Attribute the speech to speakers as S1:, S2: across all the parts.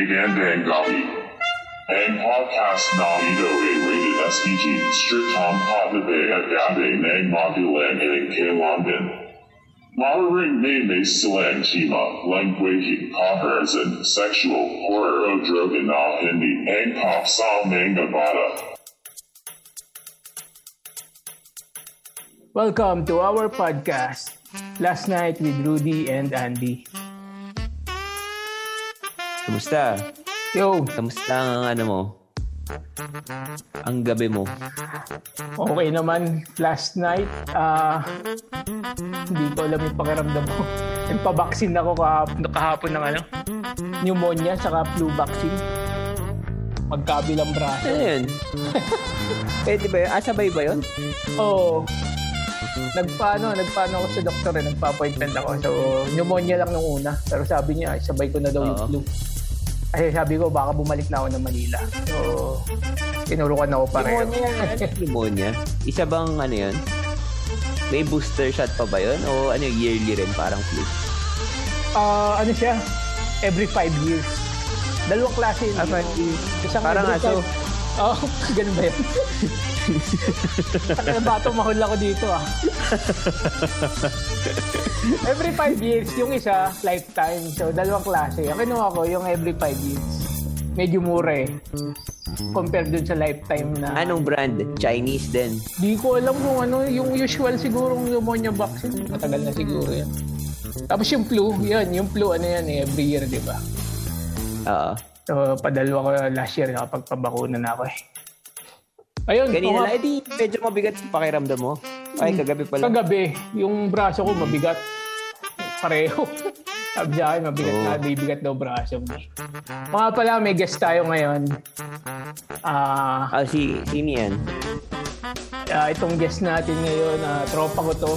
S1: Megandang Gabi. Ang podcast na ito ay rated SPG strict ang patabe at gabi ng modulan ng kailangan. Monitoring may may slang chima, language conquers and sexual horror of drogana hindi ang pop sa manga bata.
S2: Welcome to our podcast, Last Night with Rudy and Andy.
S3: Kamusta?
S2: Yo,
S3: Kamusta ang ano mo? Ang gabi mo?
S2: okay naman. Last night, ah, hindi ko alam yung pakiramdam ko. Nagpa-vaccine ako kahapon, kahapon ng ano, pneumonia saka flu vaccine. Magkabilang braso.
S3: Ano yun? Pwede ba yun? Ah, sabay ba yun?
S2: Oo. Oh, nagpaano, nagpaano ako sa doktor eh. Nagpa-appointment ako. So, pneumonia lang nung una. Pero sabi niya, ay, sabay ko na daw yung
S3: Oo.
S2: flu. Ay, sabi ko, baka bumalik na ako ng Manila. So, tinurukan ako pareho.
S3: Pneumonia? Isa bang ano yun? May booster shot pa ba yun? O ano yearly rin? Parang flu?
S2: Ah, ano siya? Every five years. Dalawang klase yun.
S3: Ah, five years.
S2: Isang
S3: Parang
S2: every
S3: aso.
S2: five- Oo, oh, ganun ba yun? Taka na bato, mahol ako dito ah. every five years, yung isa, lifetime. So, dalawang klase. Ang kinuha ko, yung every five years. Medyo mura eh. Compared dun sa lifetime na...
S3: Anong brand? Chinese din.
S2: Di ko alam kung ano, yung usual sigurong pneumonia vaccine, matagal na siguro yan. Tapos yung flu, yan, yung flu, ano yan, eh, every year, di ba?
S3: Oo.
S2: So, padalwa ko last year, nakapagpabakuna na ako eh. Ayun,
S3: Kanina
S2: oo
S3: lang,
S2: nga,
S3: edi medyo mabigat sa pakiramdam mo. Ay, kagabi pala.
S2: kagabi, yung braso ko mabigat. Pareho. Sabi sa akin, mabigat
S3: Oo.
S2: na, bibigat daw braso mo. eh. Mga pala, may guest tayo ngayon. Ah,
S3: Ah, si, sino yan?
S2: Ah, itong guest natin ngayon, ah, tropa ko to.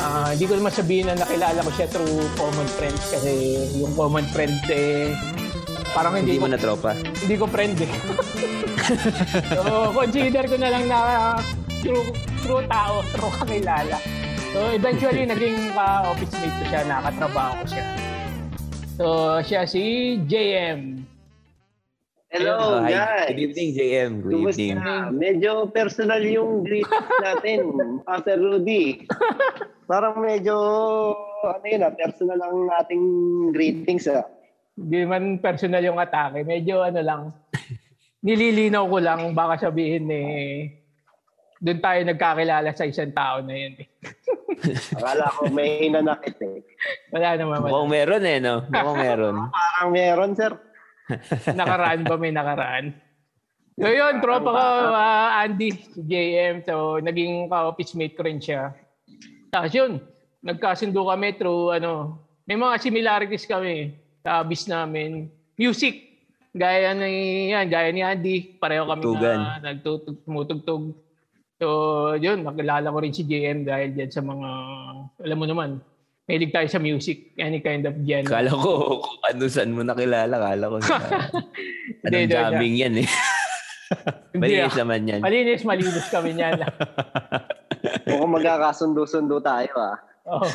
S2: Ah, Hindi ko naman sabihin na nakilala ko siya through common friends kasi yung common friend eh, parang hindi,
S3: Hindi mo
S2: ko,
S3: na tropa.
S2: hindi ko friend eh. so, consider ko na lang na through, through tao, through kakilala. So, eventually, naging ka-office mate ko siya, nakatrabaho ko siya. So, siya si JM.
S4: Hello,
S3: Ah, Hi. Good
S4: Oh, guys.
S3: evening, JM. Good evening.
S4: Kumusta? Medyo personal yung greetings natin, Pastor Rudy. Parang medyo, ano yun ah, personal ang ating greetings ah.
S2: Hindi man personal yung atake. Medyo ano lang, nililinaw ko lang baka sabihin eh, doon tayo nagkakilala sa isang tao na yun. eh.
S4: Akala ko may nanakit eh.
S2: Wala naman. Wala.
S3: Mukhang meron eh, no? Mukhang meron.
S4: Parang meron, sir.
S2: Nakaraan ba may nakaraan? So yun, tropa ko, ah, Andy, si JM. So naging ka-office mate ko rin siya. Tapos yun, nagkasundo kami through ano, may mga similarities kami sa hobbies namin. Music, gaya ni, yan, gaya ni Andy, pareho kami
S3: Tugtugan.
S2: na nagtutug, tumutugtog. So yun, nakilala ko rin si JM dahil dyan sa mga, alam mo naman, mahilig tayo sa music, any kind of genre.
S3: Kala ko kung ano saan mo nakilala. Kala ko sa...
S2: Hindi,
S3: Anong
S2: hindi,
S3: jamming yan eh.
S2: Hindi,
S3: Malinis
S2: ah.
S3: naman yan.
S2: Malinis, malinis kami niyan.
S4: Mukhang magkakasundo-sundo tayo ah.
S2: Oo. Oh.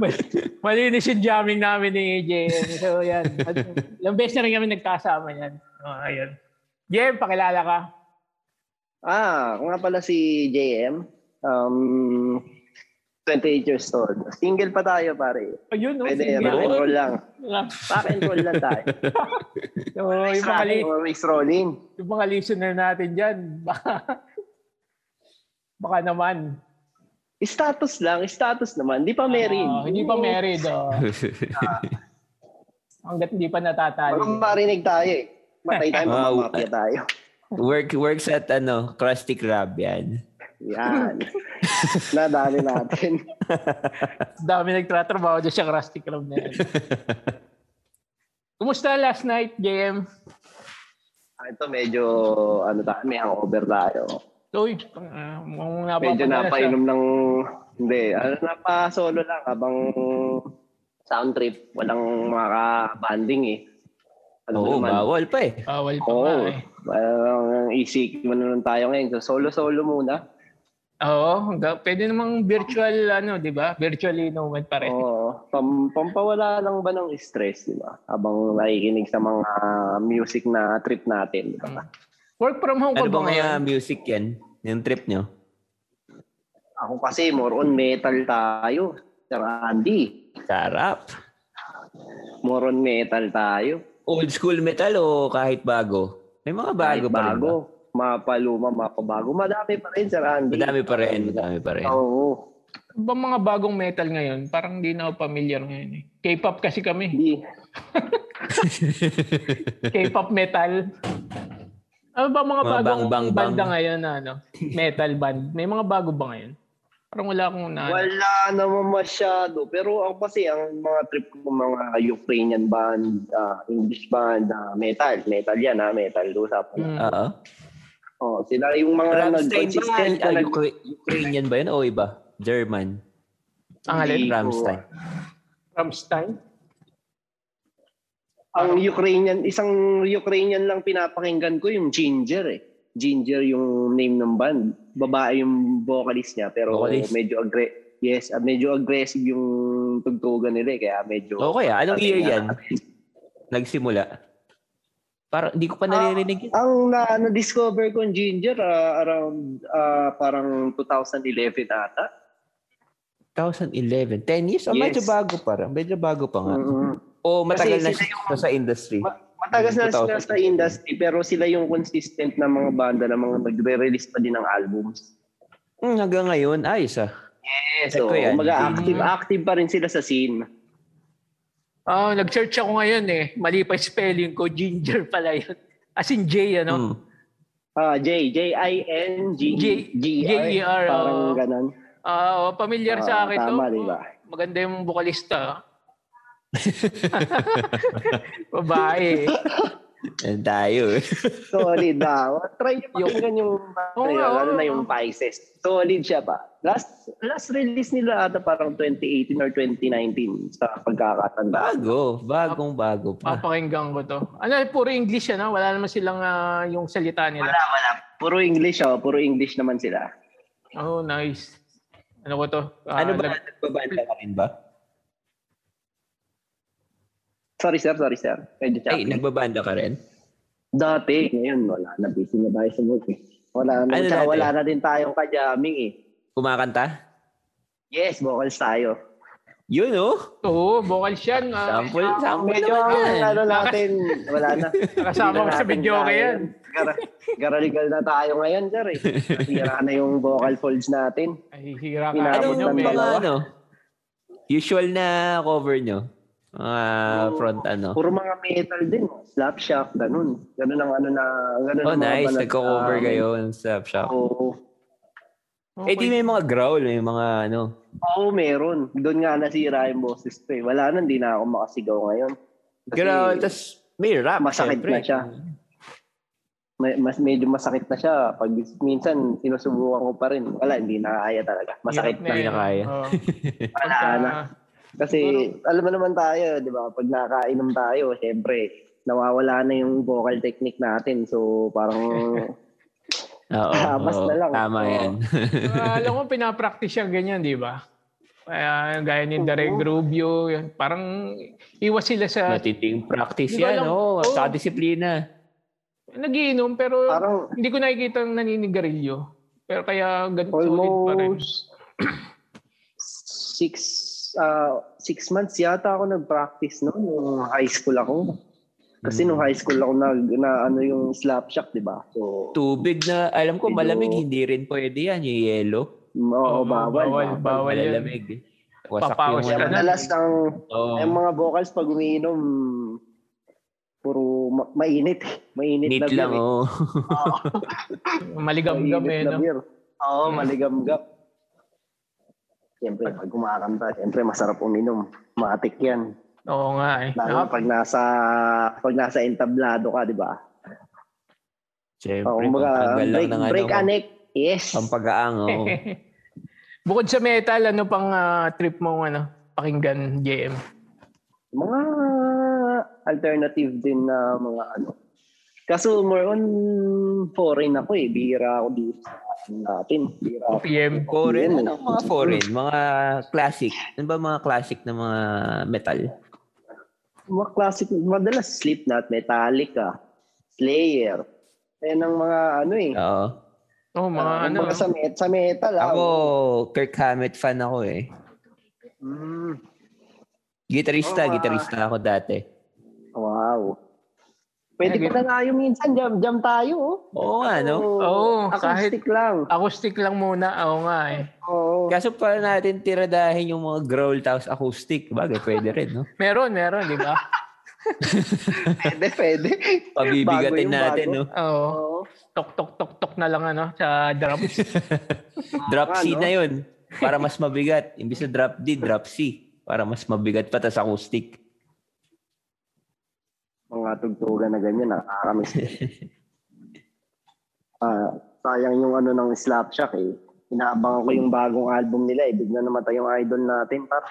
S2: Mal- Malinis yung jamming namin ni JM. So, yan. At Ilang beses na rin kami nagkasama yan. Oh, ayun. JM, pakilala ka.
S4: Ah, ako nga pala si JM. Um, 28 years old. Single pa tayo, pare.
S2: Ayun, oh,
S4: Pwede,
S2: sige.
S4: rock and roll lang. Rock and roll lang tayo.
S2: So, yung mga, li-
S4: Always rolling.
S2: yung mga listener natin dyan, baka, baka naman.
S4: Status lang, status naman. Di pa married.
S2: Oh, hindi pa married. Oh. Hanggat hindi pa natatali.
S4: Parang marinig tayo eh. Matay tayo,
S3: Wow.
S4: mamamapya tayo.
S3: work works at ano, Krusty Krab yan.
S4: Yan. Nadali natin.
S2: Dami nagtratrabaho dyan sa Krusty Krab na yan. Kumusta last night, JM?
S4: Ah, Ito medyo, ano tayo, may hangover tayo.
S2: Uy, uh, mukhang
S4: Medyo
S2: napapadala siya.
S4: napainom ng, hindi, ano, napa-solo lang habang sound trip. Walang makabanding eh.
S3: Oo, bawal pa eh.
S2: Bawal pa
S4: Oo.
S2: nga
S4: Oh,
S2: eh.
S4: parang easy, ano lang tayo ngayon. So, solo-solo muna.
S2: Oo, hanggang, pwede namang virtual, ano, di ba? Virtually inuman pa rin.
S4: Oo. Pam, pampawala lang ba ng stress, di ba? Habang nakikinig sa mga music na trip natin. di ba?
S3: Mm.
S2: Work from home ka
S3: Ano
S2: ba
S3: ba
S2: ngayon?
S3: mga music yan? Yung trip nyo?
S4: Ako kasi more on metal tayo. Sir Andy,
S3: Sarap.
S4: more on metal tayo.
S3: Old school metal o kahit bago? May mga bago
S4: Kahit
S3: pa rin
S4: bago.
S3: ba?
S4: Mapaluma, mapabago. Madami pa rin, Sir Andy.
S3: Madami pa rin, madami pa rin.
S4: Oo.
S2: Ano ba mga bagong metal ngayon? Parang hindi na ako familiar ngayon eh. K-pop kasi kami.
S4: Hindi.
S2: K-pop metal. Ano ba mga
S3: Mga
S2: bagong
S3: bang, bang, bang.
S2: banda ngayon na ano? Metal band. May mga bago ba ngayon? Parang wala akong na... ano,
S3: Ano?
S4: Wala naman masyado. Pero ako kasi, ang mga trip ko, mga Ukrainian band, ah, English band, ah, metal. Metal yan, ha? Metal. Usapan.
S2: Mm.
S3: Oo.
S4: Oh, sila yung mga
S3: Rammstein ba?
S4: nag-consistent na
S3: Ah,
S4: nag-
S3: Ukra- Ukrainian ba yun o iba? German.
S2: Ang alin?
S4: Hindi ko-
S3: Rammstein.
S2: Rammstein?
S4: Ang Ukrainian, isang Ukrainian lang pinapakinggan ko yung Ginger eh. Ginger yung name ng band. Babae yung vocalist niya pero
S3: Vocalist.
S4: medyo agre Yes, ah, medyo aggressive yung tugtugan nila eh, kaya medyo
S3: Okay ah. Anong
S4: Sabi
S3: year
S4: nga.
S3: yan? Nagsimula? Parang hindi
S4: Ah.
S3: ko pa naririnig yun.
S4: Ang na, na-discover ko yung Ginger ah, around ah, parang 2011 ata.
S3: 2011. 10 years? O
S4: Yes.
S3: medyo bago pa rin. Medyo bago pa nga.
S4: Mm-mm.
S3: O matagal
S4: Kasi
S3: na
S4: sila
S3: siya sa industry.
S4: Mm-hmm. Ma- Matagas na sila sa
S3: 2011.
S4: industry pero sila yung consistent na mga banda na mga nagre-release pa din ng albums.
S3: Hmm, hanggang ngayon, ayos ah.
S4: Yes,
S3: Check
S4: so,
S3: ko yan.
S4: mag-active active pa rin sila sa scene.
S2: Ah, nag-search ako ngayon eh. Mali pa yung spelling ko. Ginger pala yun. As in J, ano?
S3: Hmm.
S4: Ah, J, J-I-N-G,
S2: J- J-E-R,
S4: G-E-R, E parang
S2: oh.
S4: ganun.
S2: Ah, familiar
S4: Ah,
S2: sa akin to.
S4: tama, di ba?
S2: Maganda yung bukalista. Babae.
S3: Yan tayo eh.
S4: Solid daw. Try nyo pakinggan yung, ah.
S2: Oo nga,
S4: lalo
S2: oo.
S4: na yung Pisces. Solid siya pa. Last last release nila ata parang 2018 or 2019 sa pagkakatanda.
S3: Bago. Bagong bago pa.
S2: Papakinggan ko to. Ano, puro English yan, ha? Wala naman silang ah, yung salita nila.
S4: Wala, wala. Puro English, oh. Puro English naman sila.
S2: Oh, nice. Ano ko to? Ah,
S3: Ano ba?
S2: lag-
S3: Nagbabanda ka rin ba?
S4: Sorry, sir. Sorry, sir. Medyo siya.
S3: Ay, nagbabanda ka rin?
S4: Dati, ngayon, wala na. Busy na tayo sa work. eh. Wala na,
S3: Ano
S4: tsaka
S3: dati?
S4: wala na din tayong kajaming eh.
S3: Kumakanta?
S4: Yes, vocals tayo.
S3: Yun oh.
S2: Oo, vocals yan. ah.
S3: Sample, sample
S4: Medyo
S3: naman
S4: ang
S3: yan.
S4: ano natin, wala na.
S2: Nakasama ko sa video ko yan.
S4: Gar- garaligal na tayo ngayon, sir. Eh. Nasira na yung vocal folds natin.
S2: Ay, hira ka. Ano
S3: Anong
S4: Hinabol Tapos ng
S2: yun,
S3: mga
S4: dalawa.
S3: ano? Usual na cover nyo? Mga front ano?
S4: Puro mga metal din. oh. Slap shock, ganun. Ganun ang ano na... Ganun
S3: Oh,
S4: ang mga
S3: nice.
S4: banat-
S3: Nagko-cover
S4: um,
S3: kayo ng Slap Shop.
S4: Oo.
S2: Oh,
S3: Eh, di may mga growl. May mga ano.
S4: Oo, meron. Doon nga nasira yung boses ko eh. Wala na, hindi na ako makasigaw ngayon. Kasi
S3: Growl. Tapos may rap.
S4: masakit
S3: syempre.
S4: na siya. may- mas medyo masakit na siya. Pag minsan, sinusubukan ko pa rin. Wala, hindi nakakaya talaga. Masakit
S2: Hirap na Oh. Ah,
S3: Hindi
S4: na.
S2: yan.
S3: na kaya.
S2: Oo.
S4: Wala na. Kasi alam mo naman tayo, di ba? Pag nakakainom tayo, syempre, nawawala na yung vocal technique natin. So, parang
S3: Oo.
S4: Tamas
S3: oo.
S4: na lang.
S3: Tama
S4: Ah, Oo.
S3: yan.
S2: Ah, alam ko, pinapractice siya ganyan, di ba? Kaya gaya ni Derek Rubio, yun. parang iwas sila sa
S3: Matinding practice
S2: Hindi ko
S3: yan.
S2: alam.
S3: Oo.
S2: Oo.
S3: Sa disiplina.
S2: nagiinom pero
S4: parang
S2: hindi ko nakikita ang naninigarilyo. Pero kaya gan- solid pa rin.
S4: almost six ah, six months yata ako nag-practice no, nung high school ako. Kasi
S2: Hmm.
S4: nung high school ako nag, na ano yung slap shock, di ba? So,
S3: Tubig na, alam ko,
S4: Medyo-
S3: malamig. Hindi rin pwede yan. Yung yelo.
S4: oo,
S2: Oo,
S4: bawal.
S2: bawal,
S4: bawal.
S2: bawal. yan.
S3: Malalamig. eh. Wasak
S2: Papawas
S3: yung
S4: Kaya
S2: ka
S3: ano.
S2: na.
S4: madalas ang
S3: Oo.
S4: Yung mga vocals pag umiinom, puro ma- mainit. eh. Mainit na
S3: Neat
S4: beer.
S3: lang, oh.
S4: eh.
S3: oo.
S2: Maligam-gam
S4: Mainit
S2: eh,
S4: na
S2: no?
S4: beer. Oo, maligamgam. Siyempre, pag kumakanta, siyempre masarap uminom. Matik yan.
S2: Oo nga eh.
S4: Lalo pag nasa pag nasa entablado ka, di ba? O,
S3: Siyempre,
S4: kumbaga,
S3: pangtanggal lang
S4: break,
S3: ng ano.
S4: break a neck. Yes.
S3: Ang pag-aang, oo.
S2: Bukod sa metal, ano pang ah, trip mong ano, pakinggan, JM?
S4: Mga alternative din na mga ano. Kaso more on foreign ako eh. Bihira ako dito sa atin natin. Bihira ako. eh.
S2: PM.
S3: Foreign,
S4: Yun,
S3: ano mga foreign? Mga classic. Ano ba mga classic na mga metal?
S4: Mga classic, madalas Slipknot, Metallica, Slayer. Yan ang mga ano eh.
S3: Oo.
S2: Oh, mga
S4: Ah,
S2: ano.
S4: mga sa, met- sa metal. ah.
S3: Ako, Kirk Hammett fan ako eh.
S4: Mm,
S3: Gitarista,
S4: Oo, ah.
S3: gitarista ako dati.
S4: wow. Pwede
S2: Yeah,
S4: ko na tayo minsan. Jam, jam tayo.
S3: Ano Oo
S4: oh.
S3: nga, no?
S2: Oo,
S4: acoustic lang.
S2: Acoustic lang muna. Oo nga eh.
S4: Oo.
S3: Kaso pa natin tiradahin yung mga growl tapos acoustic. Bagay, pwede rin, no?
S2: Meron, meron, di ba?
S4: Pwede, pwede. Bago
S3: Pabibigatin
S4: yung
S3: natin,
S4: bago.
S3: no?
S2: Oo.
S4: Oo.
S2: Tok, tok, tok, tok na lang ano sa drums.
S3: Drop
S4: Ah,
S3: C
S4: no?
S3: na yun. Para mas mabigat. Imbis na drop D, drop C. Para mas mabigat pa, tas acoustic.
S4: Mga tugtugan na ganyan. Nakakamiss. Ah, sayang yung ano ng Slapshack eh. Inaabangan ko yung bagong album nila eh. Bigla namatay yung idol natin. Par.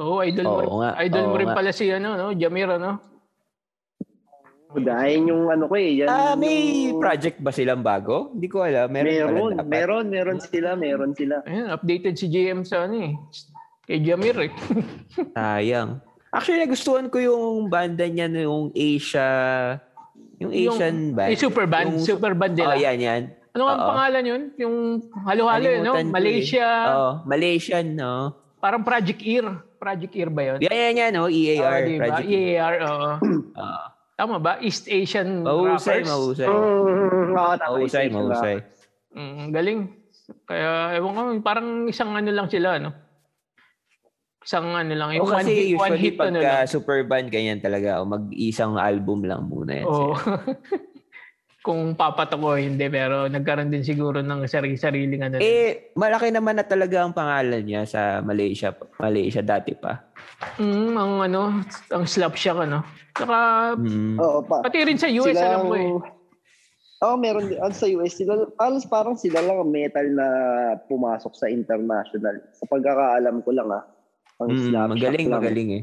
S2: Oo, idol mo,
S3: Oo
S2: rin-
S3: nga,
S2: idol mo
S3: oo
S2: rin
S3: nga.
S2: pala si ano, no? Jamir, ano?
S4: Dahil yung ano ko eh. Yan
S3: Ah, may
S4: yung-
S3: project ba silang bago? Hindi ko alam. Meron, pala
S4: Meron,
S3: dapat.
S4: meron, meron sila, meron sila.
S2: Ayun, updated si JM sa ano eh. Kay Jamir eh.
S3: Sayang. Actually, nagustuhan ko yung banda niya, no, yung Asia... Yung
S2: Yung-
S3: Asian band.
S2: Yung super band,
S3: Yung-
S2: super band nila.
S3: Oh, yan, yan.
S2: Ano ang
S3: Oo.
S2: pangalan yun? Yung halo-halo yun, no?
S3: Kalimutan ko eh.
S2: Malaysia,
S3: Oo, Malaysian, no?
S2: parang Project Ear. Project Ear ba yun?
S3: Yan, yan, yan, no?
S2: Oo,
S3: EAR.
S2: di ba?
S3: Project.
S2: EAR, oo.
S3: Oo.
S2: Tama ba? East Asian
S3: Mahusay,
S2: rappers.
S3: mahusay.
S4: Mm, oo, tama,
S3: Mahusay,
S4: isa-isa
S3: mahusay.
S2: Mm, galing. Kaya, ewan ko, parang isang ano lang sila, no? Isang ano lang.
S3: O
S2: Yung one,
S3: kasi
S2: hit, one
S3: usually
S2: hit, ano
S3: pagka
S2: lang.
S3: super band, ganyan talaga. O mag-isang album lang muna yan.
S2: Oo. Kung papatok o hindi, pero nagkaroon din siguro ng sarili-sariling ano.
S3: Eh, malaki naman na talaga ang pangalan niya sa Malaysia. Malaysia dati pa.
S2: Mm, ang ano, ang slap siya, ano. Saka,
S4: lang.
S3: Mm.
S4: Oo, pa.
S2: pati rin sa US,
S4: Sila
S2: alam ko eh.
S4: ang- Oo, meron din. Ano, sa US, sila, halos parang sila lang ang metal na pumasok sa international. Sa pagkakaalam ko lang ah. Ang
S3: Mm,
S4: Slapshot
S3: magaling,
S4: lang.
S3: magaling eh.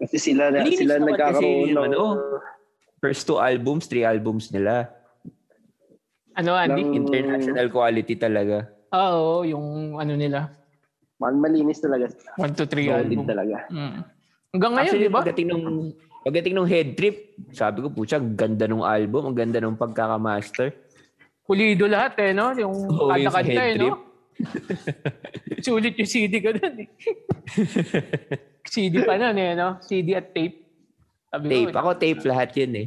S4: Kasi sila, na,
S3: Linis
S4: sila
S3: naman
S4: nagkakaroon
S3: kasi yung
S4: ng,
S3: ano, First two albums, three albums nila.
S2: Ano, Andy?
S4: ng-
S3: International quality talaga.
S2: Ah, Oo, yung ano nila.
S4: Man, malinis talaga. sila.
S2: 1, 2, 3
S4: Solid
S2: album.
S4: talaga.
S2: Mm. Hanggang ngayon, di ba?
S3: pagdating nung, pagdating nung head trip, sabi ko, putya, ang ganda nung album, ang ganda nung pagkakamaster.
S2: Pulido lahat eh, no? Yung
S3: Oo, yung sa
S2: kanta-kanta eh,
S3: head trip.
S2: no? Sulit yung CD ko dun eh. CD pa nun eh, no? CD at tape. Sabi ko,
S3: Tape. Ako tape lahat yun eh.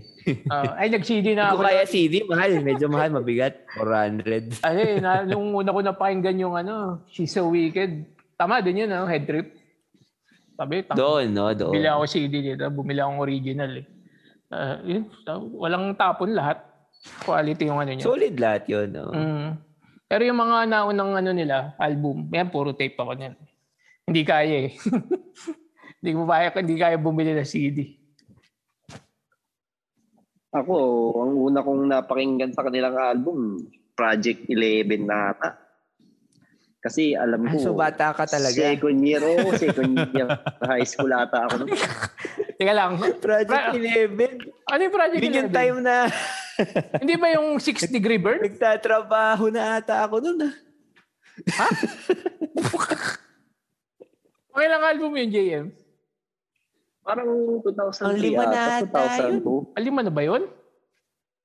S2: ah, ay, nag-CD na
S3: Hindi
S2: ako.
S3: ko kaya CD, mahal. Medyo mahal, mabigat. 400.
S2: Ano eh, na, nung una ko napakinggan yung ano, She's So Wicked. Tama din yun, ano, head trip. Sabi, tama.
S3: Doon, no? Doon.
S2: Bumili ako CD dito. Bumili akong original eh. Ah, yun, so, walang tapon lahat. Quality yung ano niya.
S3: Solid lahat yun, no?
S2: Mm. Pero yung mga naunang ano nila, album, yan puro tape ako niyan. Hindi kaya eh. hindi mo kaya, hindi kaya bumili ng CD.
S4: Ako, ang una kong napakinggan sa kanilang album, Project 11 na ata. Kasi alam
S3: Ah, so
S4: ko,
S3: bata ka talaga.
S4: second year, oh, second year high school ata ako. nun.
S2: Teka lang,
S3: Project
S2: Pra-
S3: 11.
S2: ano yung project
S3: Yun yung
S2: 11?
S3: time na
S2: Hindi ba yung 6 degree burn?
S3: nagtatrabaho na ata ako noon, ah.
S2: Kailang album yun, JM?
S4: Parang 2003
S3: Ang lima na
S4: ata,
S3: ata yun.
S4: 2002.
S2: Alima na ba yun?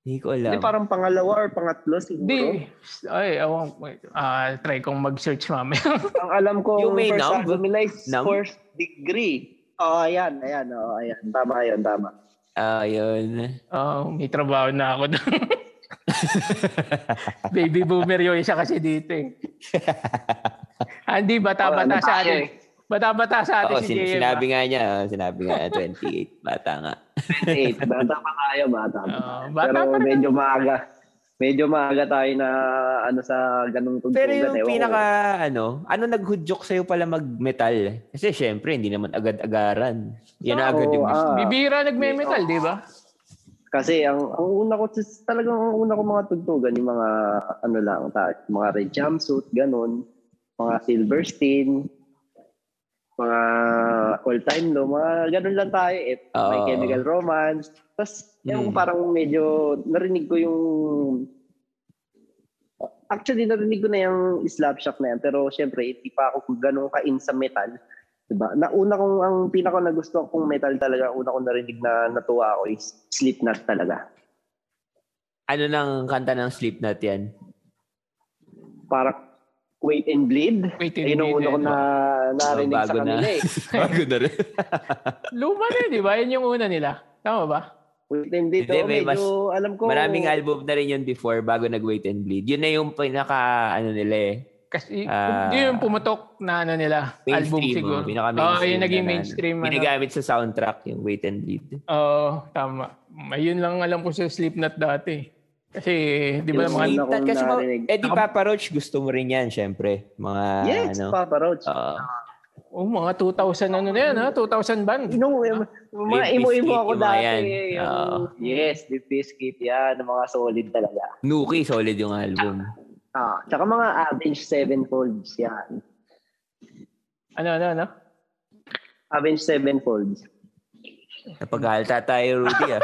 S3: Hindi ko alam.
S4: Hindi, parang pangalawa or pangatlo siguro.
S2: Hindi. Ay, awang, ah try kong mag-search mamaya.
S4: Ang alam ko,
S3: Yung
S4: yung
S3: may
S4: first
S3: numb?
S4: album nila is
S3: Numb?
S4: first degree. Oo, oh, ayan, ayan, oo, ayan. Tama yun, tama.
S3: Ah, yun.
S2: Oh, may trabaho na ako doon. Baby boomer yun isa kasi dito eh. Ah, Hindi,
S4: Ano
S2: bata-bata sa
S4: tayo
S2: atin. Bata-bata sa atin
S3: Oo,
S2: si
S3: sin-
S2: JM. ah.
S3: sinabi nga niya, oh, sinabi nga, 28, bata nga.
S4: eh. 28. Bata pa tayo, bata pa.
S2: Oo, Oh, bata
S4: Pero
S2: pa rin
S4: medyo maaga. Medyo maaga tayo na ano sa ganung tugtugan.
S3: Pero yung
S4: ewan ko.
S3: pinaka, ano, ano naghudyok sa'yo pala mag-metal? Kasi syempre, hindi naman agad-agaran. Yan
S4: Oo,
S3: agad yung gusto.
S4: ah,
S2: Bibira nagme-metal, di ba?
S4: kasi ang, ang una ko, talagang ang una ko mga tugtugan, yung mga ano lang, ta, mga red jumpsuit, ganun, mga Silverstein, mga all-time, no? Mga ganun lang tayo. Eh. May
S3: Oo.
S4: chemical romance. Tapos,
S3: Mm.
S4: yung parang medyo narinig ko yung... Actually, narinig ko na yung slap shock na yan. Pero syempre, hindi pa ako ganun ka-in sa metal. Diba? Nauna kong, ang pinaka nagustuhan kong metal talaga, una kong narinig na natuwa ako is Slipknot talaga.
S3: Ano nang kanta ng Slipknot yan?
S4: Parang Wait and Bleed.
S2: Wait and
S4: Ayun ang
S2: bleed,
S4: una ko
S2: eh.
S4: na narinig
S3: bago
S4: sa kanila
S3: na.
S4: eh.
S3: Bago na rin.
S2: Luma na, yun, di ba? Yan yung una nila. Tama ba?
S4: Wait and Bleed.
S3: Hindi,
S4: oo,
S3: may
S4: medyo, alam ko.
S3: Maraming album na rin yun before bago nag-Wait and Bleed. Yun na yung pinaka, ano nila eh.
S2: Kasi
S3: Ah.
S2: yun yung pumatok na ano nila, album
S4: ah,
S3: Mainstream.
S2: siguro.
S3: oh, pinaka
S2: Oo, yun naging mainstream.
S3: Na,
S2: ano.
S3: ginagamit sa soundtrack yung Wait and Bleed.
S2: Oo, tama. Ayun lang alam ko sa Slipknot dati. Kasi, di ba
S3: Diba,
S4: Yung
S2: mga...
S4: Slipknot.
S3: Slipknot kasi mo,
S4: narinig.
S3: eh di Papa Roach gusto mo rin yan, syempre. Mga
S4: yes,
S3: ano.
S4: Papa Roach.
S3: Oo.
S2: Oh, mga 2,000 ano na yan, ha? 2,000 band.
S4: You know, yung mga
S3: Diba? Limp Bizkit,
S4: imo-imo ako
S3: yung mga
S4: dati.
S3: yan.
S4: eh, yung-
S3: Oo.
S4: Yes, Limp Bizkit yan. Mga solid talaga.
S3: Nuki, solid yung album.
S4: Ah, tsaka mga Avenged Sevenfolds yan.
S2: Ano, ano, ano?
S4: Avenged Sevenfolds.
S3: Napaghalta tayo, Rudy, ah.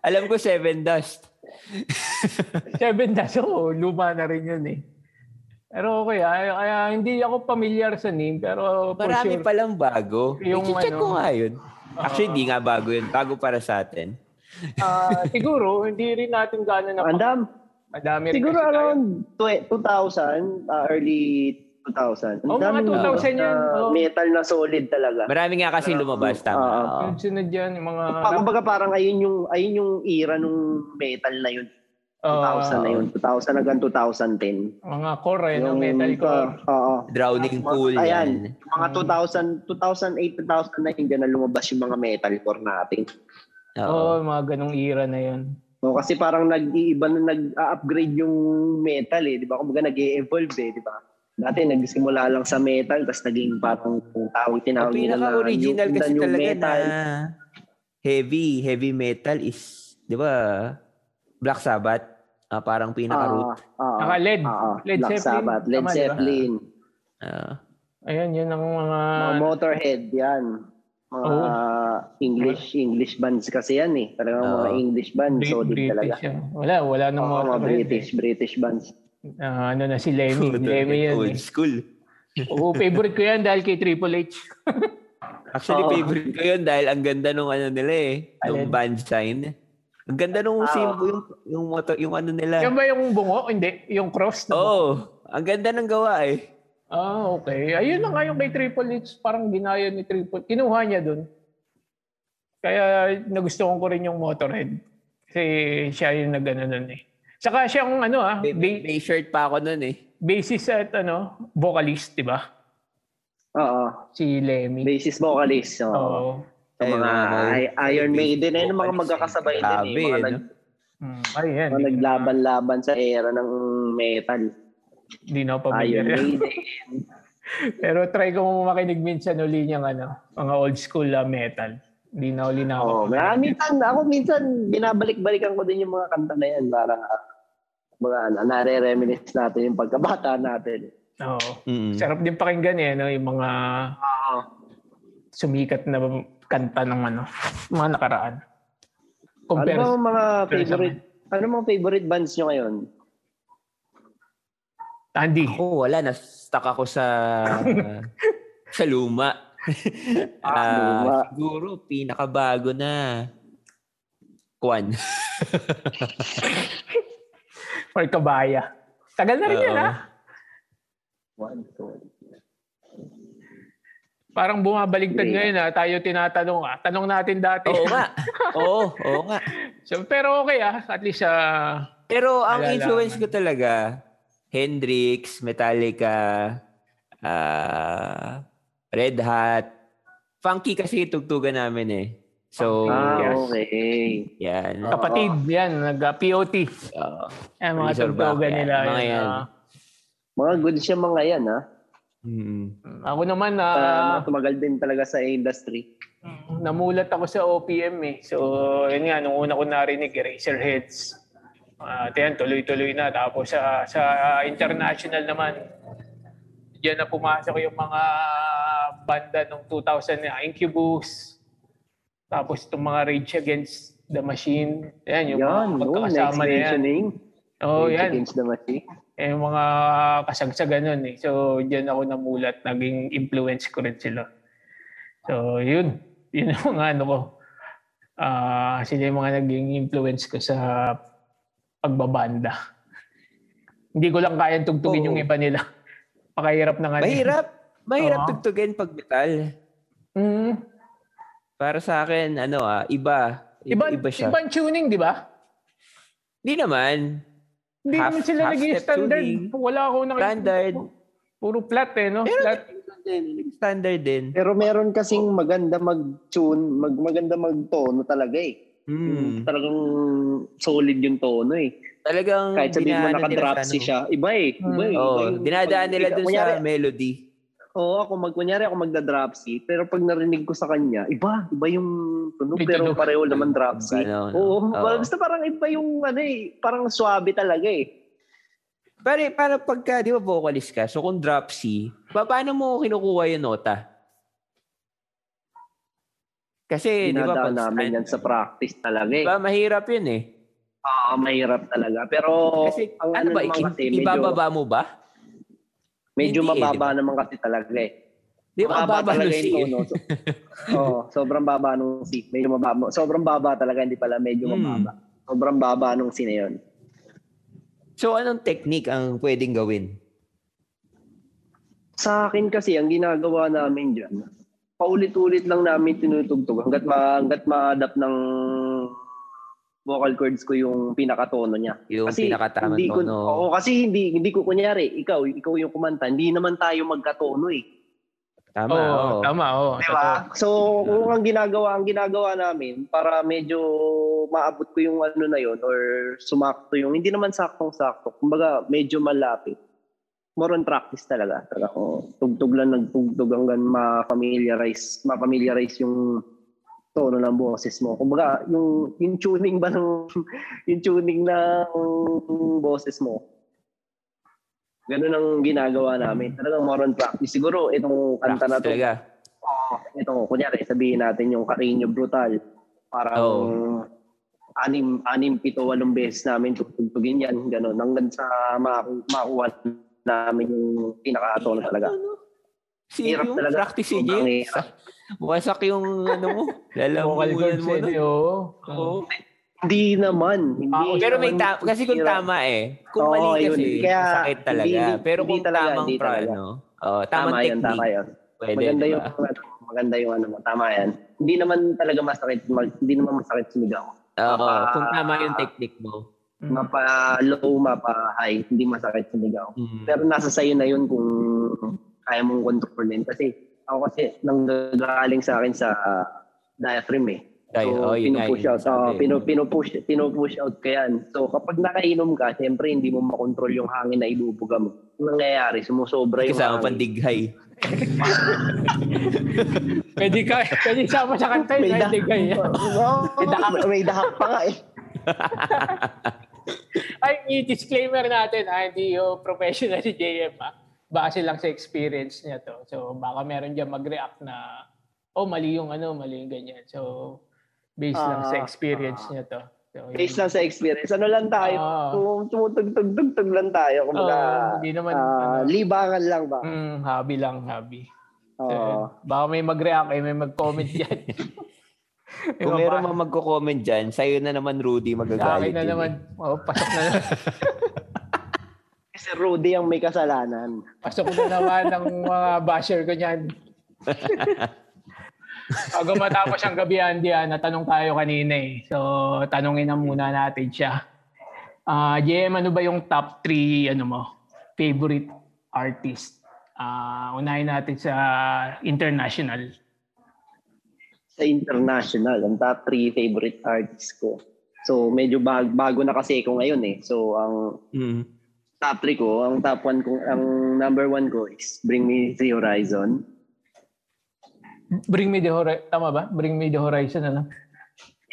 S3: Alam ko, Seven Dust.
S2: Seven Dash, oo, luma na rin yun eh. Pero okay, ah. kaya hindi ako familiar sa name, pero for
S3: Marami
S2: sure.
S3: palang bago.
S2: Yung
S3: Yung check
S2: ano.
S3: ko nga yun. Actually, di nga bago yun. Bago para sa atin.
S2: Ah, siguro, hindi rin natin gano'n na...
S4: Ang dam.
S2: Madami rin
S4: Siguro
S2: kasi tayo.
S4: around twe- 2000, ah, early 2000. Ang
S2: Oh, mga
S4: daming
S2: 2000
S4: na
S2: yan, oh.
S4: Metal na solid talaga.
S3: Marami nga kasi lumabas, tama.
S4: Oo.
S3: Oo.
S2: Yung sunod yan, yung mga... ano,
S4: Pa- Kumbaga parang ayun yung, ayun yung era nung metal na yun. 2000 na yun. 2000 hanggang 2010.
S2: ah, Mga core, eh, no? metal core.
S4: Oo.
S3: Drowning
S4: Mga-
S3: Pool.
S4: Ayan,
S3: Yan.
S4: mga
S2: Mm.
S4: 2000, 2008, 2009, dyan na lumabas yung mga metalcore natin.
S3: Oo.
S2: Oo, mga ganong era na yun.
S4: No, kasi parang nag-iiba na nag-upgrade yung metal eh, di ba? Kumbaga nag-evolve eh, di ba? Dati nagsimula lang sa metal, tapos naging parang tawag
S3: Ang
S4: tinawag nila na
S3: pinaka-original
S4: new-
S3: kasi
S4: new
S3: talaga
S4: metal.
S3: na heavy, heavy metal is, di ba, Black Sabbath. Ah, parang pinaka-root.
S4: Ah, ah,
S2: Saka LED.
S4: ah, ah.
S2: Led
S4: Black
S2: Zeppelin.
S4: Sabbath, Led
S2: Tama, di ba?
S4: Zeppelin,
S3: Ah.
S2: Ayan, yun ang mga...
S4: mga Motorhead, yan. Mga
S2: Ah. Oo.
S4: English English bands kasi yan eh. Talagang mga
S3: Oo.
S4: English bands,
S2: Brit-
S4: solid talaga.
S2: Ah. British. ah. Wala, wala nang
S4: Oo, mga
S2: red,
S4: British, British bands.
S2: eh. Ah, ano na si Lemmy. Lemmy yan.
S3: Old
S2: eh.
S3: school.
S2: Oo, favorite ko yan dahil kay Triple H.
S3: Actually,
S4: Oo.
S3: favorite ko yun dahil ang ganda nung ano nila eh. Nung
S2: Alin?
S3: band sign. Ang ganda nung
S4: Ah,
S3: symbol, yung, yung, moto, yung ano nila.
S2: Yan ba yung bungo? Hindi, yung cross.
S3: Oo.
S2: na ba?
S3: Oh, ang ganda ng gawa eh.
S2: Ah, okay. Ayun na nga yung kay Triple H. Parang ginaya ni Triple Kinuha niya dun. Kaya nagustuhan ko rin yung Motorhead. Kasi siya yung nag-ano nun eh. Saka siyang ano ah,
S3: May, may,
S2: ba-
S3: may shirt pa ako nun eh.
S2: basis at ano, vocalist, di ba?
S4: Oo.
S2: Si Lemmy.
S4: Basis vocalist. Oo.
S2: Oo.
S4: Sa
S3: Ay,
S4: mga
S3: mga-
S4: I- Iron Maiden, ayun ang mga
S3: vocalist,
S4: magkakasabay din
S3: grabe,
S4: eh. Mga,
S3: eh,
S4: nag,
S3: no?
S2: Mm, ayun.
S4: mga naglaban-laban sa era ng metal.
S2: Hindi na ako
S4: Iron
S2: pamilyar.
S4: Maiden.
S2: Pero try ko makinig minsan uli niyang ano, mga old school ah, metal. Hindi na uli na ako.
S4: Oo. Ah, minsan, ako minsan, binabalik-balikan ko din yung mga kanta na yan para mga ano, nare-reminisce natin yung pagkabata natin.
S2: Oo.
S3: Mm-mm.
S2: Sarap din pakinggan eh, no? yung mga
S4: Oo.
S2: sumikat na kanta ng ano, mga nakaraan.
S4: Ano
S2: Compare.
S4: ba ang mga
S2: compare sa
S4: favorite ano mga favorite bands nyo ngayon?
S2: Andy.
S3: Ako, wala. Na-stuck ako sa sa luma.
S4: Ah,
S3: Ah,
S4: luma.
S3: Siguro, pinakabago na. Kwan.
S2: Or Kabaya. Tagal na rin yan, ah.
S3: Oo.
S2: ha?
S4: One, two,
S2: Parang bumabaliktad
S4: Yeah.
S2: ngayon, ha? Tayo tinatanong, ha? Tanong natin dati.
S3: Oo nga. Oo, oo nga.
S2: So, pero okay, ha? At least, ah,
S3: Pero ang
S2: Malalaman.
S3: influence ko talaga, Hendrix, Metallica, ah, Red Hot. Funky kasi tugtugan namin eh. So,
S4: Ah,
S3: yes.
S4: okay.
S3: yan.
S2: kapatid, yan. ah, Nag-POT.
S3: Oo.
S2: Yan, mga
S3: Razorback,
S2: tugtogan
S3: yan.
S2: nila.
S3: Mga
S2: yan,
S3: yan.
S2: ah.
S4: Mga good siya mga yan, ah. ha?
S3: Mm.
S2: Ako naman,
S4: Ah,
S2: ah,
S4: mga tumagal din talaga sa industry.
S2: namulat ako sa OPM eh. So, yun nga, nung una ko narinig, Eraserheads. Ah, At yan, tuloy-tuloy na. Tapos sa, sa international naman, Diyan na pumasok yung mga banda nung 2000 na Incubus. Tapos itong mga Rage Against the Machine. Ayan, yung
S4: Yan,
S2: mga
S4: no, next
S2: pagkakasama na yan.
S4: mentioning.
S3: Oh,
S2: Oo,
S4: Rage
S2: yan.
S4: Against the Machine.
S2: Eh, yung mga kasagsagan nun eh. So, diyan ako namulat. Naging influence ko rin sila. So, yun. Yun ang mga ano ko. Ah, sila yung mga naging influence ko sa pagbabanda. Hindi ko lang kayang tugtugin
S3: Oo.
S2: yung iba nila. Pakahirap na nga.
S3: Mahirap. Mahirap
S2: Ano Oo.
S3: tugtugin pag metal.
S2: Mm.
S3: Para sa akin, ano ah, iba.
S2: Iba,
S3: Iba, iba siya.
S2: ibang tuning, di ba?
S3: Hindi naman.
S2: Hindi
S3: Half-
S2: naman sila
S3: half
S2: naging
S3: step
S2: standard.
S3: tuning.
S2: Wala akong nakikita.
S3: Standard.
S2: Puro flat eh, no?
S3: Pero
S2: flat.
S3: standard din.
S4: Pero meron kasing maganda mag-tune, mag, maganda mag-tono talaga eh.
S3: Hmm.
S4: Talagang solid yung tono eh.
S3: Talagang
S4: Kahit sabihin mo
S3: dinaanan Hmm, nila sa
S4: naka-dropsy
S3: ano.
S4: siya, iba eh. Iba eh.
S2: Hmm.
S4: Iba
S3: Oo,
S4: yung-
S3: dinadaan nila dun
S4: Kunyari,
S3: sa ano. melody.
S4: Oo, ako mag, kunyari ako magda-dropsy, pero pag narinig ko sa kanya, iba, iba yung tunog,
S2: May
S4: pero
S2: tunog.
S4: pareho naman dropsy.
S3: Ano, ano.
S4: Oo,
S3: Oo.
S4: parang- basta parang iba yung ano eh, parang swabe talaga eh.
S3: Pare, paano pagka, di ba vocalist ka? So kung drop C, pa- paano mo kinukuha yung nota? Kasi, Eh, di ba,
S4: Dinadaan
S3: pag
S4: namin yan sa practice talaga eh.
S3: Diba, mahirap yun eh.
S4: Ah, mahirap talaga. Pero
S3: Kasi,
S4: ang
S3: ano ba,
S4: naman
S3: ikin-
S4: kasi,
S3: ibababa mo ba?
S4: medyo, medyo
S3: Hindi eh,
S4: mababa naman kasi talaga eh.
S3: Di ba,
S4: Mababa
S3: bababa
S4: talaga
S3: ng
S4: yung
S3: C eh.
S4: tono. So, Oo, sobrang baba nung C. Medyo mababa. Sobrang baba talaga, hindi pala medyo
S3: Hmm.
S4: mababa. Sobrang baba nung C na yun.
S3: So, anong technique ang pwedeng gawin?
S4: Sa akin kasi, ang ginagawa namin dyan, paulit-ulit lang namin tinutugtog hanggat, ma, hanggat ma-adapt ng vocal cords ko yung pinakatono niya.
S3: Yung pinakatamang
S4: hindi ko,
S3: tono.
S4: Oo, kasi hindi, hindi ko, kunyari, ikaw, ikaw yung kumanta, hindi naman tayo magkatono eh.
S3: Tama,
S2: Oo,
S3: oo.
S2: tama. Oo,
S4: Di ba? So, kung ang ginagawa, ang ginagawa namin para medyo maabot ko yung ano na yon or sumakto yung, hindi naman saktong-sakto, kumbaga medyo malapit. More on practice talaga. Talaga ko, tugtog lang, nagtugtog hanggang ma-familiarize, ma-familiarize yung tono ng boses mo. Kumbaga, yung, yung tuning ba ng, yung tuning ng boses mo, ganun ang ginagawa namin. Talagang more on practice. Siguro, itong kanta na
S3: Practice
S4: to,
S3: talaga.
S4: Oo, ito, Oh, kunyari, sabihin natin yung Carreño Brutal. Parang anim, anim, pito, walong beses namin tutugtugin yan. Ganun, hanggang sa maku- makuha namin yung pinakatono talaga.
S3: Si Ano?
S4: Hirap
S3: yung
S4: talaga.
S3: practice si
S4: Sobrang
S3: James.
S4: hirap.
S3: Wasak yung ano mo.
S2: Vocal
S3: Lalamunan
S2: cords
S3: mo
S2: eh,
S3: nun.
S2: oo.
S3: Oo.
S4: Hindi naman. Hindi
S2: Ako,
S3: Ah, Pero may
S4: naman
S3: ta- kasi kung
S4: sira.
S3: tama eh. Kung
S4: Oo,
S3: mali
S4: yun.
S3: kasi,
S4: Kaya,
S3: masakit talaga.
S4: hindi- hindi-
S3: Pero kung
S4: hindi talaga,
S3: tamang
S4: hindi
S3: pra,
S4: talaga.
S3: ano, oh, tamang
S4: Tama yun,
S3: technique,
S4: tama yun.
S3: pwede,
S4: maganda
S3: diba?
S4: yung, ano, maganda yung ano mo. Tama yan. Hindi naman talaga masakit, mag, hindi naman masakit sumigaw.
S3: Oo,
S4: mapa-
S3: kung tama yung technique mo.
S4: Mapa-low, mapa-high, hindi masakit sumigaw.
S3: Mm.
S4: Pero nasa sa'yo na yun kung kaya mong kontrolin. Kasi ako kasi nanggagaling sa akin sa ah, diaphragm eh.
S3: Tayo,
S4: So,
S3: oh, yun nga,
S4: pinupush
S3: yun
S4: out.
S3: sabi.
S4: Uh, pinu, pinupush, pinupush out ka yan. So, kapag nakainom ka, siyempre hindi mo makontrol yung hangin na ibubuga mo. Ang nangyayari, sumusobra yung
S3: Kasama pang
S4: hangin.
S3: dighay.
S2: Pwede ka, pwede sama sa kanta yun.
S4: May
S2: Hindi
S4: dahak.
S2: kayo.
S4: Oo, may dahak. May dahak pa nga eh.
S2: Ay, i-disclaimer natin, ah, hindi yung professional si JM, ah. Base lang sa experience niya to. So, baka meron dyan mag-react na, oh, mali yung ano, mali yung ganyan. So, based lang sa
S4: Ah,
S2: experience niya to. So, yun.
S4: Based lang sa experience. Ano lang tayo?
S2: Ah.
S4: Uh, Tumutugtugtugtug lang tayo. Kumbaga,
S2: Oo, hindi naman,
S4: ah,
S2: ano.
S4: libangan lang ba?
S2: Mm, hobby lang, hobby. So,
S4: Oo.
S2: baka may mag-react, eh, may mag-comment dyan. May
S3: Kung meron
S2: mabasa.
S3: mang magko-comment dyan, sa'yo na naman,
S2: Sa
S3: Rudy,
S2: akin
S3: magagalit.
S2: na
S3: yun.
S2: naman. Oh, pasok na naman.
S4: Kasi Rudy ang may kasalanan.
S2: Pasok na naman ng mga basher ko niyan. Bago matapos ang gabi, Andy, ah, natanong tayo kanina eh. So, tanongin na muna natin siya. Ah, JM, ano ba yung top 3 ano mo, favorite artist? Ah, unahin natin sa international.
S4: sa international, ang top three favorite artists ko. So, medyo bag, bago na kasi ako ngayon eh. So, ang
S3: Mm.
S4: top three ko, ang top one ko, ang number one ko is Bring Me The Horizon.
S2: Bring me the horizon. Tama ba? Bring me the horizon. Ano?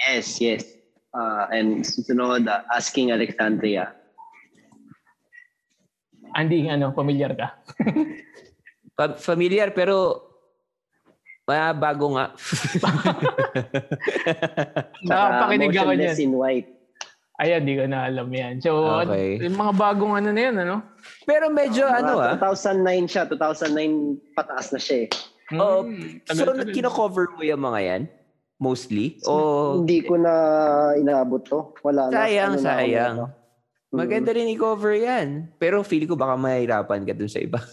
S4: Yes, yes. Ah, and susunod, ah, Asking Alexandria.
S2: Andy, ano, familiar ka?
S3: Fa- familiar pero mga bago nga.
S2: Nakapakinig ako niyan.
S4: Motionless in White.
S2: Ayan, di ko na alam yan. So,
S3: Okay.
S2: yung mga bagong ano na yan, ano?
S3: pero medyo
S4: Mga
S3: ano ah.
S4: 2009 siya. 2009 pataas na siya eh.
S3: Oo.
S2: Mm,
S3: So,
S2: tagal-tagal.
S3: kino-cover mo yung mga yan? Mostly? O
S4: Hindi ko na inaabot to. Wala
S3: Oh.
S4: na. ano
S3: Sayang,
S4: na ako
S3: sayang.
S4: nito. Mm.
S3: maganda rin i-cover yan. Pero feel ko baka mahirapan ka dun sa iba.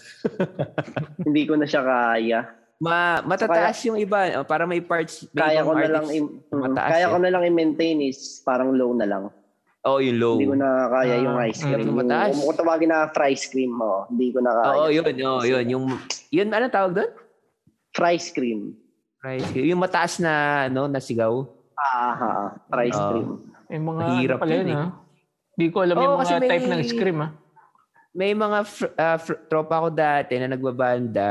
S4: Hindi ko na siya kaya.
S3: Ma matataas yung iba. ah, Para may parts. May
S4: Kaya
S3: ibang
S4: ko na lang
S3: artists-
S4: i- mm,
S3: mataas
S4: kaya
S3: eh.
S4: ko na lang i-maintain is parang low na lang.
S3: Oo, Oh, yung low.
S4: Hindi ko na kaya yung
S2: Ah,
S4: ice cream.
S3: mm,
S4: Yung-
S3: mataas.
S4: Kung kung tawagin na fry cream mo, hindi ko na kaya.
S3: Oo, yun. Oo, yun. Yung, yun, ano tawag doon?
S4: Fry cream.
S3: Rice cake. Yung mataas na, ano, na sigaw.
S4: Ah, ah, ah, fry
S3: Ah.
S4: cream.
S2: Yung mga
S3: Mahirap
S2: ano pala
S3: yun
S2: yun,
S3: eh.
S2: ah. Hindi ko alam
S3: Oo,
S2: yung
S3: kasi
S2: mga
S3: may-
S2: type ng scream, ah.
S3: May mga fr- ah, fr- tropa ko dati na nagbabanda.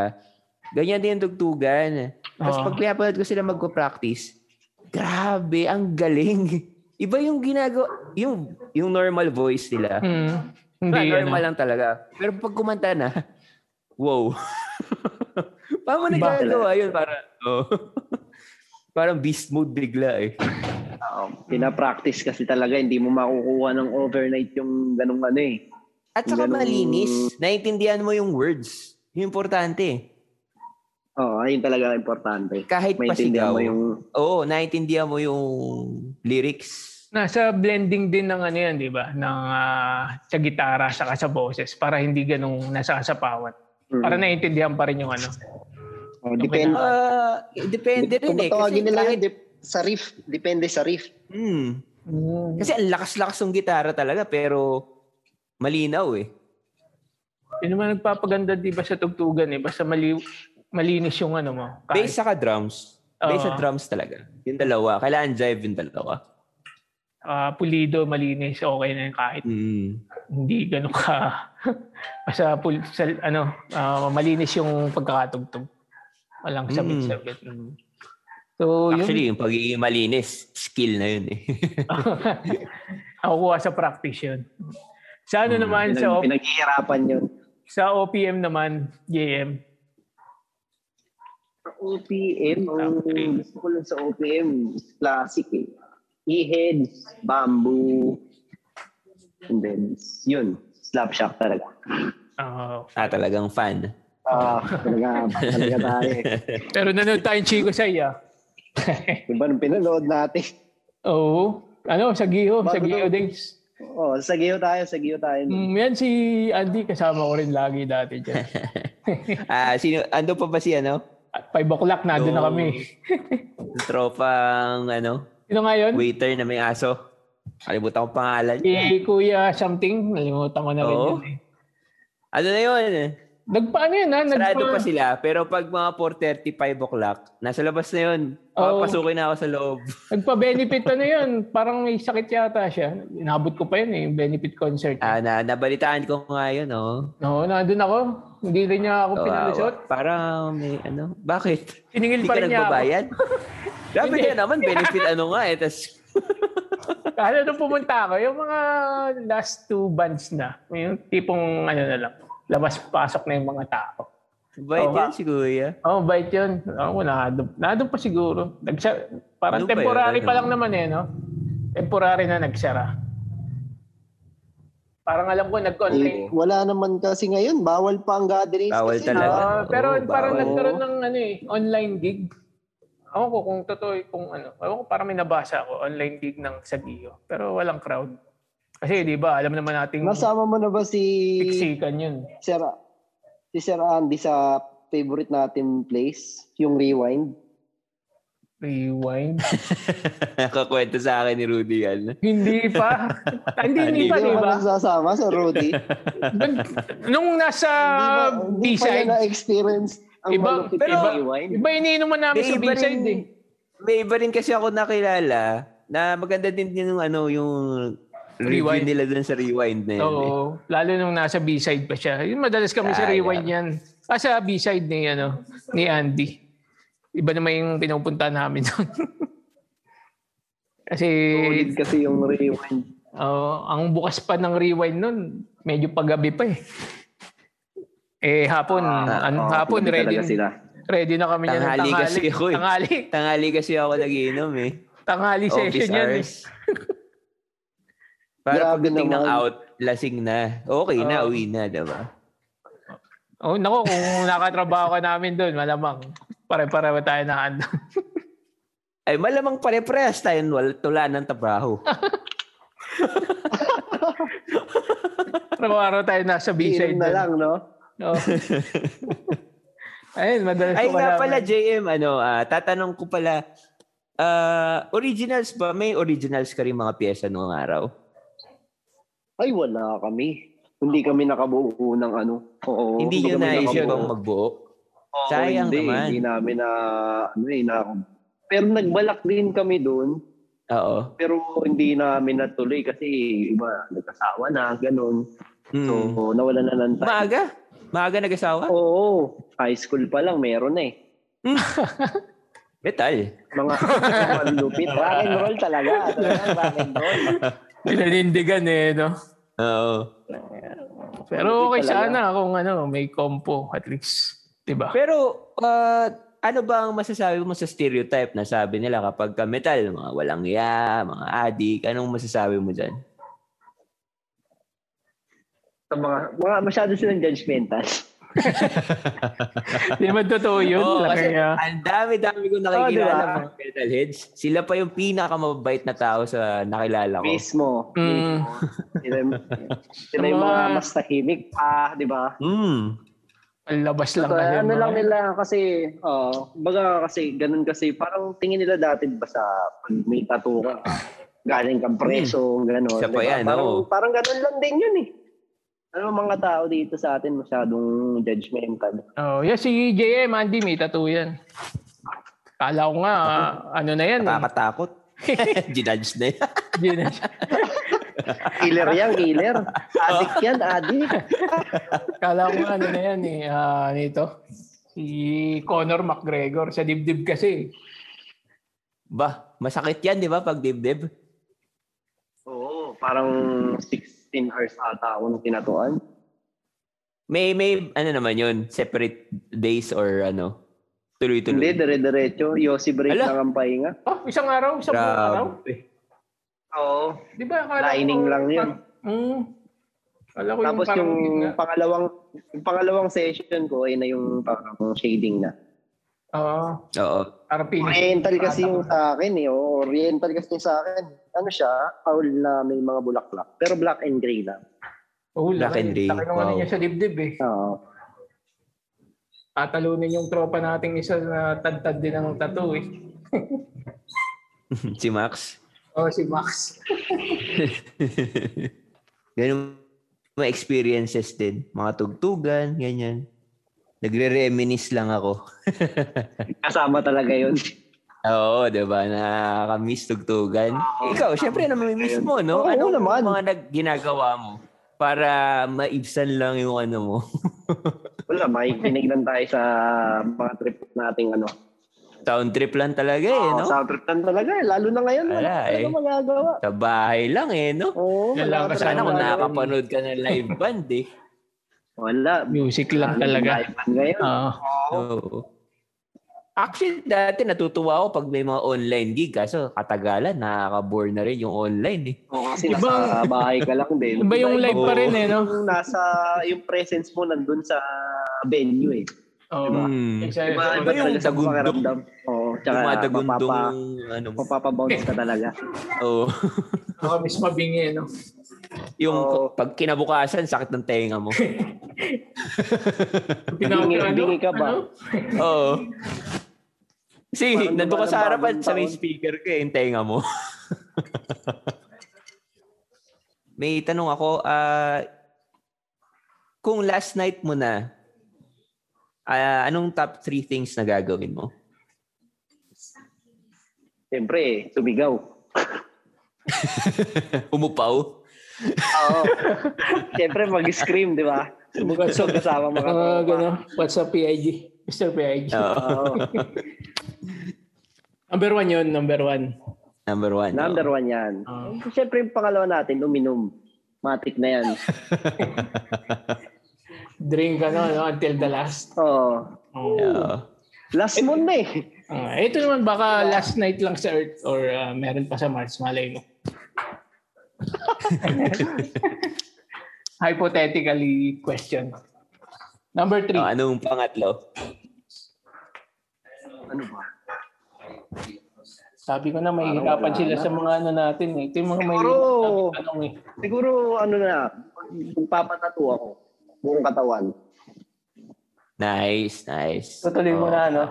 S3: Ganyan din yung tugtugan. Tapos
S2: Oo.
S3: pag pinapanood ko sila magko-practice, grabe, ang galing. Iba yung ginagawa, yung, yung normal voice nila.
S2: Mm, hindi,
S3: Hindi, normal
S2: ano.
S3: lang talaga. Pero pag kumanta na, wow. Paano mo
S2: Iba.
S3: nagagawa yun? Para, oh. Parang beast mode bigla eh.
S4: Oo. Pinapractice kasi talaga, hindi mo makukuha ng overnight yung ganung ano eh.
S3: At saka
S4: Ganun-
S3: malinis. Naiintindihan mo yung words. Yung importante.
S4: Oo, ayun talaga ang importante.
S3: Kahit pasigaw.
S4: Maintindihan mo yung...
S3: Oo, naiintindihan mo yung lyrics.
S2: Nasa blending din ng ano yan, di ba? Ng ah, sa gitara, saka sa boses. Para hindi ganong nasasapawan.
S4: Mm.
S3: Hmm.
S2: Para naiintindihan pa rin yung ano.
S4: Oo, depende.
S3: Ah, depende rin
S4: Kung
S3: eh. Kasi,
S4: tawagin nila yun,
S3: kahit,
S4: dep- sa riff. Depende sa riff.
S3: Hmm. kasi ang lakas-lakas ng gitara talaga pero malinaw eh.
S2: Yun naman nagpapaganda, di ba, sa tugtugan, eh. Basta mali, malinis yung ano mo. Kahit-
S3: Bass saka drums. Bass
S2: Oo.
S3: at drums talaga. Yung dalawa. Kailangan jive yung dalawa.
S2: ah pulido, malinis, okay na yun kahit
S3: Mm.
S2: hindi ganun ka basta pul, sa, ano, ah, malinis yung pagkakatugtog. Walang
S3: Mm.
S2: sabit-sabit. So,
S3: Actually, yung pagiging malinis, skill na yun eh.
S2: yun. Nakukuha sa practice yun. Sa ano
S3: Mm.
S2: naman, sa,
S4: Pinag-
S2: O-
S4: pinaghihirapan yun.
S2: sa OPM naman, JM.
S4: Sa OPM, ang gusto ko lang sa OPM, classic eh. E-heads, bamboo, and then, yun, slap shock talaga.
S2: Ah,
S3: ah, talagang fan.
S4: Ah, talaga, talaga tayo. eh.
S2: pero nanood tayong Chico ah. sa iya.
S4: Diba nung pinanood natin?
S2: Oo. Ano, sa Giho, sa
S4: Bago
S2: Giho
S4: daw.
S2: Days.
S4: Oo, oh, sagiyo tayo, sagiyo tayo.
S2: Mm,
S4: nun.
S2: yan si Andy, kasama ko rin lagi dati dyan.
S3: Ah, sino, ando pa ba si ano?
S2: At 5 o'clock na, doon na
S3: Yung-
S2: kami.
S3: Tropang ano,
S2: Sino nga yun?
S3: waiter na may aso. Kalimutan ko pangalan.
S2: Si Kuya something, nalimutan ko na rin
S3: Oo.
S2: yun eh.
S3: Ano na yun?
S2: Nagpaano yun ha? Nagpa,
S3: Sarado pa sila. Pero pag mga 4.35 o'clock, nasa labas na yun.
S2: Oo.
S3: Papasukin na ako sa loob.
S2: nagpa-benefit ano yun. Parang may sakit yata siya. Inabot ko pa yun eh, yung benefit concert.
S3: Ah, na, nabalitaan ko nga yun, oh.
S2: No, nandun ako. Hindi rin niya ako pinalusot.
S3: Kawawa. Parang may ano. Bakit?
S2: Tiningil
S3: Hindi
S2: pa
S3: ka
S2: rin niya ako.
S3: nagbabayad? Grabe
S2: Hindi.
S3: na naman. Benefit ano nga eh. Tas,
S2: Kala nung pumunta ako, yung mga last two bands na, yung tipong ano na lang, labas-pasok na yung mga tao.
S3: bait
S2: Oo
S3: yun
S2: nga.
S3: si Kuya.
S2: Oh, bait yun. Ako, nahadop. Nahadop pa siguro. Nagsa- parang
S3: Ano ba yun?
S2: temporary pa
S3: Ano?
S2: lang naman eh, no? Temporary na nagsara. Parang alam ko,
S4: Eh,
S2: nag-online.
S4: wala naman kasi ngayon, bawal pa ang gatherings.
S3: Bawal
S4: kasi,
S3: talaga.
S4: ah.
S2: Ah, pero
S3: Oo,
S2: parang
S3: bawal.
S2: nagkaroon ng ano eh, online gig. Ako ko kung totoo kung ano, ako ko parang may nabasa ako online gig ng Sagio, pero walang crowd. Kasi 'di ba, alam naman nating
S4: Nasama mo na ba si
S2: piksikan 'yun.
S4: Sir, si Sir Andy sa favorite natin place, yung Rewind?
S2: Rewind.
S3: Nakakwento sa akin ni Rudy yan.
S2: hindi pa. Hindi, hindi pa,
S4: Hindi
S2: di
S4: mo
S2: ba?
S4: ba nagsasama sa Rudy?
S2: Nag- Nung nasa Um,
S4: Hindi pa
S2: B-side,
S4: niya na-experience ang
S2: Iba-
S4: malupit
S3: pero-
S4: na rewind.
S2: Iba iniinuman namin sa B-side eh.
S3: may iba rin kasi ako nakilala na maganda din yung ano yung review
S2: Rewind.
S3: nila dun sa rewind na yun.
S2: Oo.
S3: eh.
S2: lalo nung nasa B-side pa siya. Yun, madalas kami sa
S3: Sayang.
S2: rewind yan. Ah, sa B-side ni, ano, ni Andy. Iba naman yung pinupunta namin doon. Kasi
S4: Solid kasi yung rewind.
S2: oh, ang bukas pa ng rewind nun, medyo paggabi pa eh. Eh, hapon,
S4: Ah,
S2: ano,
S4: oo,
S2: hapon,
S4: hindi
S2: ready,
S4: talaga sila.
S2: ready na kami niya ng
S3: Tanghali kasi ako eh.
S2: Tanghali,
S3: Tangali kasi ako nagiinom eh.
S2: tanghali
S3: Office
S2: session yan. eh.
S3: hours. Para
S4: Grabe
S3: pagdating ng
S4: naman.
S3: out, lasing na. Okay na,
S2: Oo.
S3: uwi na, diba?
S2: Oh, nako, kung nakatrabaho ka namin doon, malamang pare-pareho tayo na ano.
S3: Ay, malamang pare-prehas tayo wala, tula ng trabaho.
S2: Araw-araw tayo nasa B-side.
S4: Iinom na
S2: doon.
S4: lang, no?
S2: Oo. Ayun, madalas
S3: Ay
S2: ko
S3: nga
S2: kalaman.
S3: pala, JM, ano, ah, tatanong ko pala, ah, originals ba? May originals ka rin mga pyesa noong araw?
S4: Ay, wala kami. Hindi kami nakabuo ng ano. Oo,
S3: hindi nyo
S4: kami
S3: naisip
S4: nakabuo.
S3: bang magbuo?
S4: Oo,
S3: Sayang
S4: hindi,
S3: naman.
S4: Hindi namin na, ano eh, na, pero nagbalak din kami doon,
S3: Oo.
S4: pero hindi namin natuloy kasi iba, nagkasawa na, ganun.
S3: Mm.
S4: So, nawala na ng time.
S3: Maaga? Maaga nag-asawa?
S4: Oo, high school pa lang, meron na eh.
S3: Metal.
S4: Mga mga lupit. Rock and roll talaga. talaga rock and roll.
S2: Pinanindigan eh, no?
S3: Oo.
S2: Pero okay
S4: Lupit talaga.
S2: sana kung ano, may compo at least. Diba?
S3: Pero, ah, ano ba ang masasabi mo sa stereotype na sabi nila kapag ka metal, mga walang iya, mga adik, anong masasabi mo dyan?
S4: Sa mga, mga masyado silang judgmental.
S2: Hindi naman totoo yun.
S3: Oo,
S2: Laki,
S3: kasi
S2: ah.
S3: ang dami-dami kong nakikilala
S4: Oo, diba?
S3: mga metalheads. Sila pa yung pinakamabait na tao sa nakilala ko.
S4: Mismo.
S2: Mm.
S4: Mismo. Sila, yung- sila yung
S2: Sa
S4: mga
S2: mga-
S4: mas tahimik pa, di ba?
S3: Mm.
S2: Palabas lang
S4: So,
S2: kasi.
S4: ano
S2: no?
S4: lang nila kasi, oh, baga kasi, ganun kasi, parang tingin nila dati ba sa pag may tattoo ka, galing kang preso, ganun.
S3: Isa Mm. pa
S4: diba?
S3: yan,
S4: parang,
S3: oo.
S4: parang ganun lang din yun eh. Ano mga tao dito sa atin masyadong judgmental.
S2: Oh, yeah, si JM, Andy, may tattoo yan. Kala ko nga, ah, ano na yan eh.
S3: Nakakatakot. Ginudge na yan.
S2: Yun na-
S4: Killer yan, killer. Addict yan, addict.
S2: Kala ko nga, ano na yan eh. Ah, nito. Si Conor McGregor sa dibdib kasi.
S3: Ba, masakit yan, di ba, pag dibdib?
S4: Oo, parang 16 hours ata ako nung tinatuan.
S3: May, may, ano naman yun, separate days or ano,
S4: Hindi,
S3: tuloy-tuloy.
S4: dire-diretso. Yossi break
S3: Ala.
S4: lang ang pahinga.
S2: Oh, isang araw, isang buong araw.
S3: Grabe.
S4: Oo.
S2: Di ba? Kala ko-
S4: Lining lang yun.
S2: Mm. Kala ko
S4: Tapos
S2: parang
S4: yung
S2: yun nga.
S4: pangalawang yung pangalawang session ko ay na yung parang shading na.
S2: Oo.
S3: Oo.
S2: Ah, Parang finish.
S4: Oriental kasi yung sa akin eh. Oo, Oriental kasi yung sa akin. Ano siya? Owl na may mga bulaklak. Pero black and gray lang.
S2: Oh,
S3: Black and
S2: laki.
S3: Ray.
S2: Laki ng ano
S3: Wow.
S2: niya sa dibdib eh.
S4: Oo.
S2: Tatalunin yung tropa nating isa na tagtag din ng tattoo eh.
S3: si Max.
S2: Oh, si Max.
S3: Ganun mga experiences din. Mga tugtugan, ganyan. Nagre-reminis lang ako.
S4: Kasama talaga yun.
S3: Oo, di ba? Nakakamiss tugtugan. Ikaw, syempre na mamimiss mo, no?
S4: Oo,
S3: ano
S4: naman.
S3: mga nag- ginagawa mo para maibsan lang yung ano mo?
S4: Wala, makikinig lang tayo sa mga trip nating ano.
S3: Town trip lang talaga eh,
S4: Oo,
S3: no?
S4: Sa trip lang talaga. eh. Lalo na ngayon. Wala,
S3: Wala,
S4: talaga
S3: eh.
S4: magagawa.
S3: Sa bahay lang eh, no?
S4: Oo,
S2: Yan lang,
S4: wala
S2: kasama
S3: Sana kung
S4: talaga
S2: Wala.
S4: magagawa.
S3: nakakapanood ka ng live band eh.
S4: Wala.
S2: Music lang talaga. Ah.
S4: Live band Ngayon.
S2: Oo.
S3: Oo. Actually, dati natutuwa ako pag may mga online gig. Kaso katagalan, nakaka-bore na rin yung online eh.
S4: Oo, kasi
S2: Ibang-
S4: nasa bahay ka lang din.
S2: Iba yung live pa
S3: Oo.
S2: rin eh, no?
S4: Yung nasa, yung presence mo nandun sa venue eh.
S2: Oo.
S3: Mm.
S2: Isa-
S3: iba
S4: Iba, iba
S3: yung
S4: yung
S3: tagundong.
S4: pakiramdam. Oo, tsaka
S3: Tumatagundong
S4: mapapa,
S3: yung ano mo.
S4: mapapabounce ka talaga.
S3: Oo.
S2: Baka mas mabingi, eh, no?
S3: yung
S4: Oo.
S3: pag kinabukasan, sakit ng tenga mo.
S4: Bingi-
S2: ano?
S4: bingi ka ba?
S3: Oo. Kasi
S4: Parang
S3: nandun ka sa
S4: lumalabas
S3: harapan
S4: yung
S3: sa may
S4: taon.
S3: speaker ka, eh, yung tenga mo. may tanong ako, ah, kung last night mo na, ah, anong top three things na gagawin mo?
S4: Siyempre eh, sumigaw.
S3: Umupaw?
S4: Oo. Siyempre mag-scream, di ba?
S2: Bukas
S4: So, kasama mo ka.
S2: Ah, gano'n. What's up, PIG? Mr. PIG.
S3: Oo.
S4: Oo.
S2: Number one yun, number one.
S3: Number one. oo.
S4: Number one yan.
S2: Oo.
S4: Siyempre yung pangalawa natin, uminom. Matik na yan.
S2: Drink ano, no? until the last.
S4: Oo.
S2: Oh.
S3: Oo.
S4: Last month na eh.
S2: Ah, ito naman baka last night lang sa Earth or ah, meron pa sa Mars. Malay mo. Hypothetically question. Number three.
S3: Oh, anong pangatlo?
S4: Ano ba?
S2: Sabi ko ano na may hirapan sila sa mga ano natin. Eh. Ito yung mga may
S4: Siguro-
S2: tanong eh.
S4: Siguro ano na, magpapatato ako. Buong katawan.
S3: Nice, nice.
S2: Tutuloy mo
S3: Oo.
S2: na ano.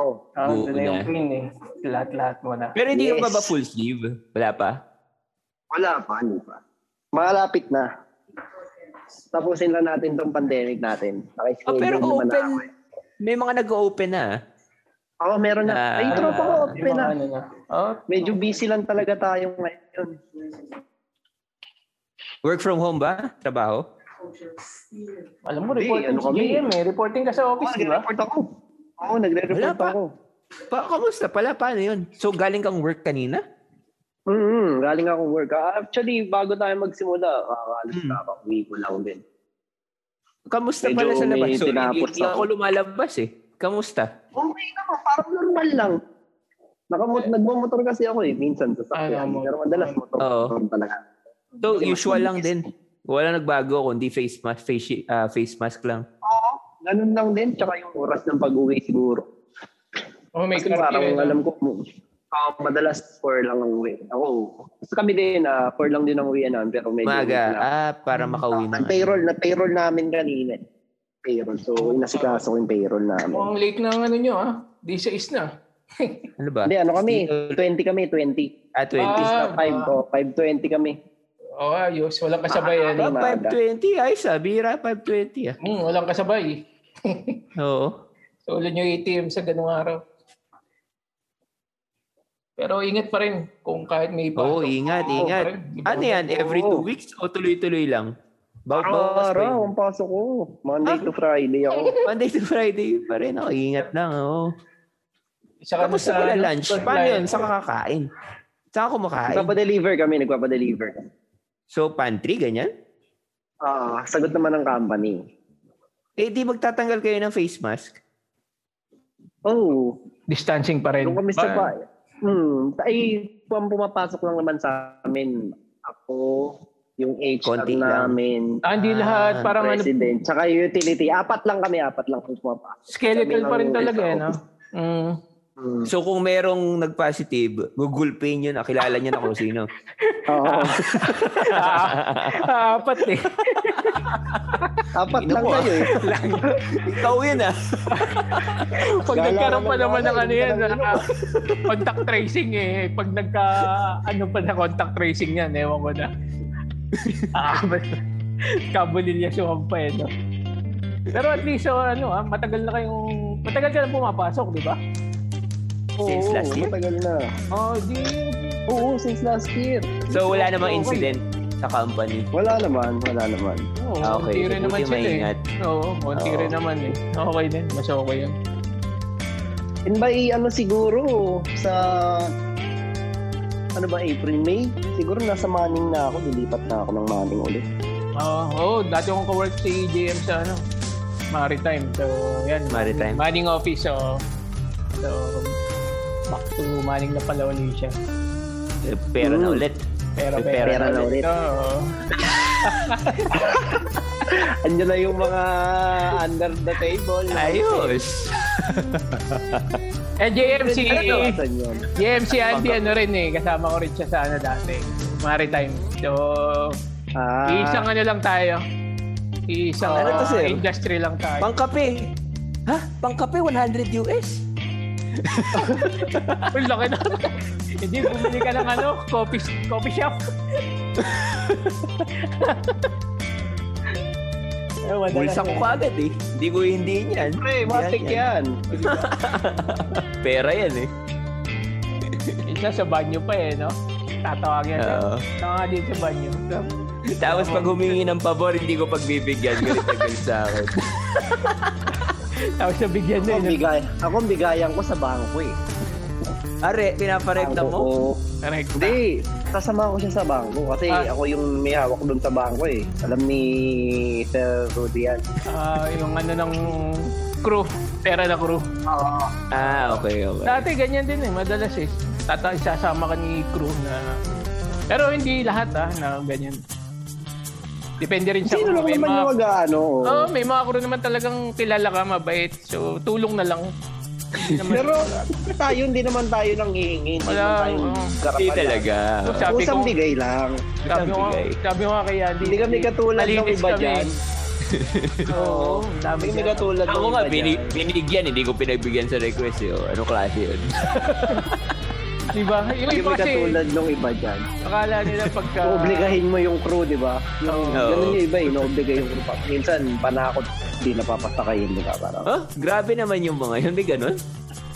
S4: Oo.
S2: Ah,
S3: Buo
S2: doon na yung
S3: na.
S2: print eh. Lahat-lahat mo na.
S3: Pero hindi
S4: Yes.
S3: ka ba full sleeve? Wala pa?
S4: Wala pa, ano pa. Malapit na. Tapusin na natin tong pandemic natin.
S3: Ah,
S4: Naka-schedule
S3: pero
S4: naman
S3: open.
S4: na ako eh.
S3: May mga nag-open na.
S4: Oo, meron na.
S3: Ah.
S4: Ay, tropa ko,
S2: Yung
S4: open
S2: mga
S4: na.
S2: ano na. Oh,
S4: Medyo busy lang talaga tayo ngayon.
S3: Work from home ba? Trabaho?
S2: alam mo, reporting
S4: Hindi, ano
S2: sa
S4: kami?
S2: GM eh. Reporting ka sa
S4: Oo,
S2: office, di ba?
S4: nagre-report ako. Oo, nagre-report
S3: Wala pa.
S4: ako.
S3: Pa, kamusta pala? Paano yun? So, galing kang work kanina?
S4: Mm-hmm. Galing ako work. Ah, Actually, bago tayo magsimula, kakaalis
S3: Hmm.
S4: na ako. Uwi ko lang din.
S3: Kamusta
S4: Medyo
S3: pala sa labas? So,
S4: may
S3: hindi,
S4: tinapos
S3: hindi
S4: ako.
S3: ako lumalabas eh. Kamusta?
S4: Okay naman, parang normal lang. Nakamot, nagmamotor kasi ako eh, minsan sa
S2: Ano
S4: sakyan.
S2: mo?
S4: Pero madalas motor,
S3: Oo.
S4: motor talaga.
S3: So,
S4: Kasi mas
S3: usual lang
S4: mabilis.
S3: din. Wala nagbago kundi face mask, face, shi- ah, face mask lang.
S4: Oo, ganun lang din. Tsaka yung oras ng pag-uwi siguro.
S2: Oh, may
S4: Kasi
S2: curfew
S4: parang
S2: eh, no?
S4: alam ko, ah, madalas 4 lang ang uwi. Ako, kasi kami din, ah, 4 lang din ang uwi namin. Pero medyo
S3: Maga,
S4: late na. Hmm.
S3: ah, para makauwi na.
S4: Ang payroll, na payroll namin kanina. Payroll. So, inasikaso ko yung payroll namin.
S2: Mukhang late na ang ano nyo ah. Di sa is na.
S3: Ano ba?
S4: Hindi, ano kami?
S3: Still-
S4: 20 kami, 20.
S3: Ah, 20.
S2: Ah,
S4: Sa 5 ko, 5.20 kami.
S2: Oo, oh, ayos. Walang kasabay yan.
S3: Ah,
S4: umaga.
S3: 5.20. Ay, sabira. 5.20 ah.
S2: Hmm, walang kasabay.
S3: Oo.
S2: So, ulan yung ATM sa ganung araw. Pero ingat pa rin kung kahit may pasok.
S3: Oo, ingat,
S2: Oo,
S3: ingat.
S2: pa rin. Di ba?
S3: Ano yan? Every
S4: Oo.
S3: two weeks o tuloy-tuloy lang? Bawas bawas pa
S4: Araw-araw
S3: yun.
S4: Ah, ang pasok ko. Monday
S3: Ah.
S4: to Friday ako.
S3: Monday to Friday pa rin. Oh, ingat lang. Oh.
S2: Isa ka na
S3: Tapos sa wala
S2: ano,
S3: lunch.
S2: frontline.
S3: Paano yun? Saan ka kakain? Saan ka kumakain?
S4: Nagpapadeliver kami, nagpapadeliver kami.
S3: So, pantry, ganyan?
S4: Ah, sagot naman ng company.
S3: Eh, di magtatanggal kayo ng face mask?
S4: Oh,
S2: Distancing pa rin.
S4: yung kami
S3: Ba-
S4: sa pa. Hmm, ay pum- pumapasok lang naman sa amin. Ako, yung HR
S3: Konti lang.
S4: namin,
S2: Ah, hindi
S3: Ah,
S2: lahat. Parang ano,
S4: president, tsaka yung utility. Apat lang kami, apat lang kung pumapasok.
S2: skeletal
S4: Kami
S2: pa rin
S4: ng-
S2: talaga
S4: sa
S2: eh, no? Mm.
S4: Hmm.
S3: So, kung merong nag-positive, gugulpin yun. Nakilala niya na kung sino.
S4: Oo,
S2: Ah, apat eh.
S4: apat
S3: Tingnan
S4: lang
S3: mo, ah.
S4: kayo eh.
S3: Ikaw yun ah.
S2: Pag
S4: Galaw
S2: nagkaroon pa
S4: naman
S2: naman ng
S4: ako,
S2: ano
S4: hindi
S2: yan,
S4: ka lang
S2: ah, contact tracing eh. Pag nagka, ano pa na contact tracing yan, ewan ko na. Ah, kabulilya siya pa eh, no? Pero at least, so, ano ah, matagal na kayong, matagal ka na pumapasok, di ba?
S3: Since last year?
S4: matagal na.
S2: Oh, di,
S4: Oo, since last year.
S3: So, wala namang incident sa company.
S4: Wala naman, wala naman.
S2: oh,
S3: Ah,
S2: konti
S3: okay.
S2: rin naman
S3: Buti
S2: sila
S3: maingat.
S2: eh. Oo, konti
S3: Oo.
S2: rin naman eh. Okay din, mas okay yun.
S4: And by ano siguro sa ano ba April May siguro nasa Manning na ako lilipat na ako ng Manning ulit.
S2: Ah, Oo, oh, dati akong kawork si JM sa ano, Maritime. So, yan.
S3: Maritime.
S2: Manning office. So, so back to Manning na pala ulit siya.
S3: Eh, Pera na
S4: Mm.
S3: ulit.
S2: Pero,
S3: May pera
S4: na ulit.
S2: Oo.
S4: Andiyan na yung mga under the table.
S3: Ayos.
S2: Eh, JM si,
S4: Ano asan yun?
S2: JM si Andy, ano rin eh, kasama ko rin siya sa ano dati. Maritime. So,
S4: Ah,
S2: isang ano lang tayo. Isang
S3: Ano to,
S2: ah,
S3: sir?
S2: industry lang tayo.
S3: Pangkape. Ha? Pangkape 100 US?
S2: Ang laki na. Hindi, bumili ka ng ano, coffee, coffee shop. Eh, wala
S3: Bulsa
S2: lang
S3: ko
S2: eh.
S3: kagad eh. Hindi ko hindi yan.
S4: pre, matik yan.
S3: Pera yan eh.
S2: Isa sa banyo pa eh, no? Tatawagin natin.
S3: Oo.
S2: Tama din sa banyo. So,
S3: Tapos pag humingi ng pabor, hindi ko pagbibigyan. Galit na galit sa akin.
S2: Tapos nabigyan
S4: Ako
S2: na
S4: ang
S2: yun.
S4: bigay, ako ang bigayan ko sa bangko eh.
S3: Are, pinaparekta
S4: Bangko
S3: mo?
S4: ko.
S2: Correct.
S4: Hindi, kasama ko siya sa bangko kasi
S2: Ah.
S4: ako yung may hawak doon sa bangko eh. Alam ni Sir Rudy yan.
S2: Ah, yung ano ng crew, pera na crew.
S3: Ah, okay, okay.
S2: Dati ganyan din eh, madalas eh. Tata, isasama ka ni crew na... Pero hindi lahat ah, na ganyan. Depende rin sa
S4: Sino lang
S2: may
S4: naman
S2: mga-
S4: yung mag-ano?
S2: Oo, may mga crew naman talagang kilala ka, mabait. So, tulong na lang. Hindi naman-
S4: Pero tayo, hindi naman tayo nang hihingi. Hindi
S2: Wala,
S4: naman tayo
S2: oo.
S4: karapalan.
S3: Hindi talaga.
S2: Kung Sabi
S4: Usang
S2: ko-
S4: bigay lang.
S2: sabi ko,
S3: bigay.
S2: sabi ko nga kay Andy.
S4: Hindi kami katulad ng
S2: malinis
S4: iba
S2: kami.
S4: dyan.
S2: Oo, dami
S4: Hindi kami
S2: dyan.
S4: katulad ng
S3: Ako nga,
S4: iba
S3: bini-
S4: dyan.
S3: binigyan. Hindi ko pinagbigyan sa request eh. Oh, Ano klase yun?
S2: Diba? Yung
S4: Hindi
S2: iba kasi,
S4: kami
S2: Ah.
S4: katulad ng iba dyan.
S2: akala nila pagka...
S4: Obligahin mo yung crew, di ba? Yung,
S3: Oo.
S4: Ganun yung iba, inoobligay yung crew. pa. Minsan, panakot, di napapasakayin, di ba? Parang,
S3: Huh? Grabe naman yung mga yun. May ganun?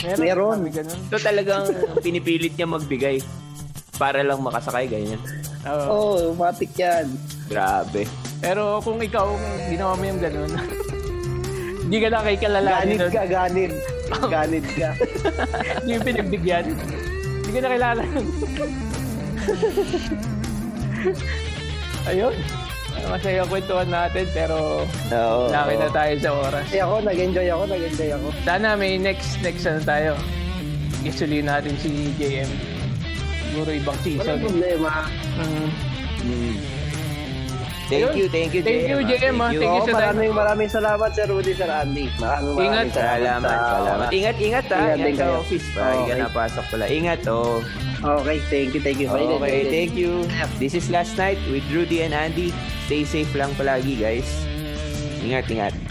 S2: Meron.
S4: Meron.
S2: Sabi ganun.
S3: So talagang pinipilit niya magbigay para lang makasakay. Ganyan.
S2: Oo.
S4: oh, matik yan.
S3: Grabe.
S2: Pero kung ikaw, ginawa mo yung ganun, hindi ka na kay kalalanin
S4: Ganid
S2: nun.
S4: ka, ganid. Ganid ka.
S2: Hindi yung pinagbigyan. Hindi ka na kilala nun. Ayun. Masaya ang kwentuhan natin pero
S3: Oo.
S2: laki na tayo sa oras.
S4: Kasi ako, nag-enjoy ako, nag-enjoy ako.
S2: Sana may next, next ano tayo. Isuloy natin si JM. Siguro ibang
S4: Walang
S2: season.
S4: problema.
S2: Mm.
S3: Mm. Thank
S2: Ayun.
S3: you, thank you,
S2: Thank you, JM, ah. Thank you
S4: Oo,
S2: sa time.
S4: Oh, maraming maraming salamat, Sir Rudy, Sir Andy. Maraming
S2: Ingat.
S4: maraming
S3: Salamat,
S4: sa-
S3: salamat. Ingat, ingat ha.
S4: Ingat
S3: Ingat,
S4: din
S3: sa
S4: kayo.
S3: office pa. Hindi ka
S4: Okay.
S3: napasok pala. Ingat, oh.
S4: Okay, thank you, thank you.
S3: Okay, thank you. This is Last Night with Rudy and Andy. Stay safe lang palagi, guys. Ingat, ingat.